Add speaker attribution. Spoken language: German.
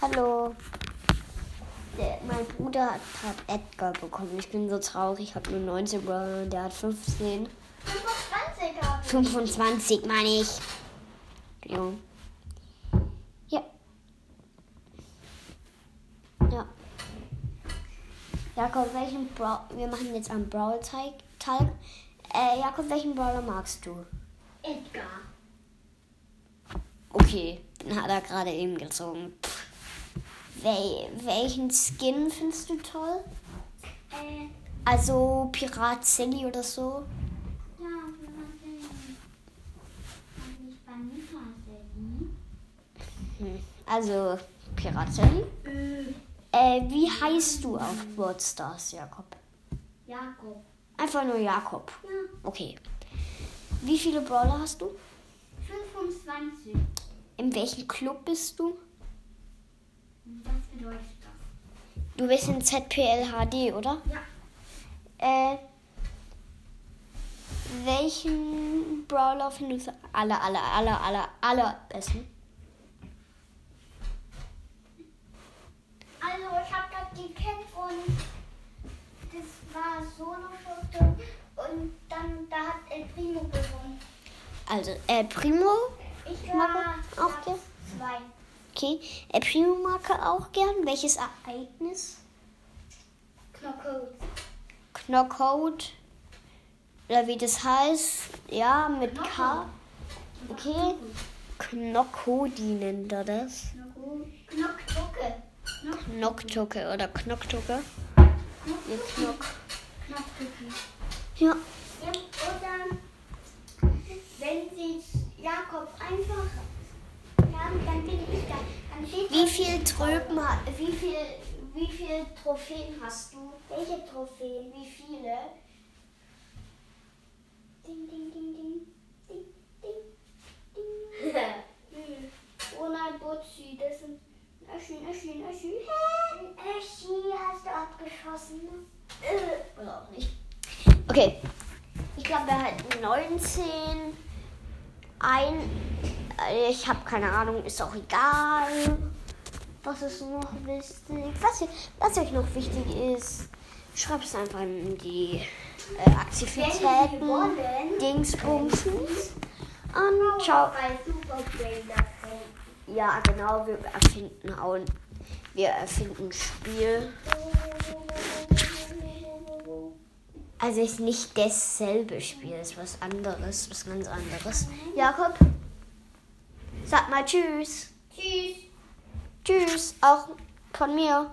Speaker 1: Hallo. Der, mein Bruder hat gerade Edgar bekommen. Ich bin so traurig. Ich habe nur 19 Brawler und der hat 15.
Speaker 2: 25 habe ich.
Speaker 1: 25 meine ich. Ja. Ja. Ja. Jakob, welchen Brawl... Wir machen jetzt einen Brawl-Teig. Teig. Äh, Jakob, welchen Brawler magst du?
Speaker 2: Edgar.
Speaker 1: Okay, den hat er gerade eben gezogen. Pff. Wel welchen Skin findest du toll?
Speaker 2: Äh,
Speaker 1: Also Pirat Sally oder so?
Speaker 2: ja, wir machen. Kann ich Vanilla sehen?
Speaker 1: Hm. Also Pirat Sally?
Speaker 2: Äh,
Speaker 1: Äh, wie heißt du auf World Stars, Jakob?
Speaker 2: Jakob.
Speaker 1: Einfach nur Jakob.
Speaker 2: Ja,
Speaker 1: Okay. Wie viele Brawler hast du?
Speaker 2: 25.
Speaker 1: In welchem Club bist du?
Speaker 2: Was bedeutet das?
Speaker 1: Du bist in ZPLHD, oder?
Speaker 2: Ja.
Speaker 1: Äh, welchen Brawler findest du alle, alle, alle, alle, alle besten?
Speaker 2: Also, ich habe das gekämpft und das war Solo-Schutz und dann da hat El Primo gewonnen.
Speaker 1: Also, äh, Primo,
Speaker 2: Ich
Speaker 1: Mama,
Speaker 2: war
Speaker 1: auch
Speaker 2: Platz
Speaker 1: gern?
Speaker 2: zwei.
Speaker 1: okay. Äh, Primo mag er auch gern. Welches Ereignis?
Speaker 2: Knockout.
Speaker 1: Knockout. Oder wie das heißt. Ja, mit K. Okay.
Speaker 2: Hm.
Speaker 1: Knockodi nennt er das.
Speaker 2: Knockout. Knockducke.
Speaker 1: Knocktucke oder Knocktucke. Ihr Knock.
Speaker 2: Knockducke.
Speaker 1: Ja.
Speaker 2: Ja, oder wenn sie Jakob einfach haben, dann bin ich da. Dann steht
Speaker 1: Wie
Speaker 2: da-
Speaker 1: viel Tröpen ha-
Speaker 2: Wie viel, wie viel Trophäen hast du? Welche Trophäen? Wie viele? Ding, ding, ding, ding. Ding, ding, ding. Hm. Oh nein, Butzi, das sind Öschi, Öschi, Öschi. Hä? Öschi hast du abgeschossen. Äh, Oder auch nicht.
Speaker 1: Okay. Ich glaube, er hat 19. Ein. äh, Ich habe keine Ahnung, ist auch egal. Was ist noch wichtig? Was, was euch noch wichtig ist, schreibt es einfach in die äh,
Speaker 2: Wenn wir
Speaker 1: Aktivitäten.
Speaker 2: wollen,
Speaker 1: Dingsbumsens. Und ciao.
Speaker 2: bei Super Brain.com.
Speaker 1: Ja, genau, wir erfinden auch. Wir erfinden Spiel. Also ist nicht dasselbe Spiel, ist was anderes, was ganz anderes. Jakob, sag mal Tschüss.
Speaker 2: Tschüss.
Speaker 1: Tschüss, auch von mir.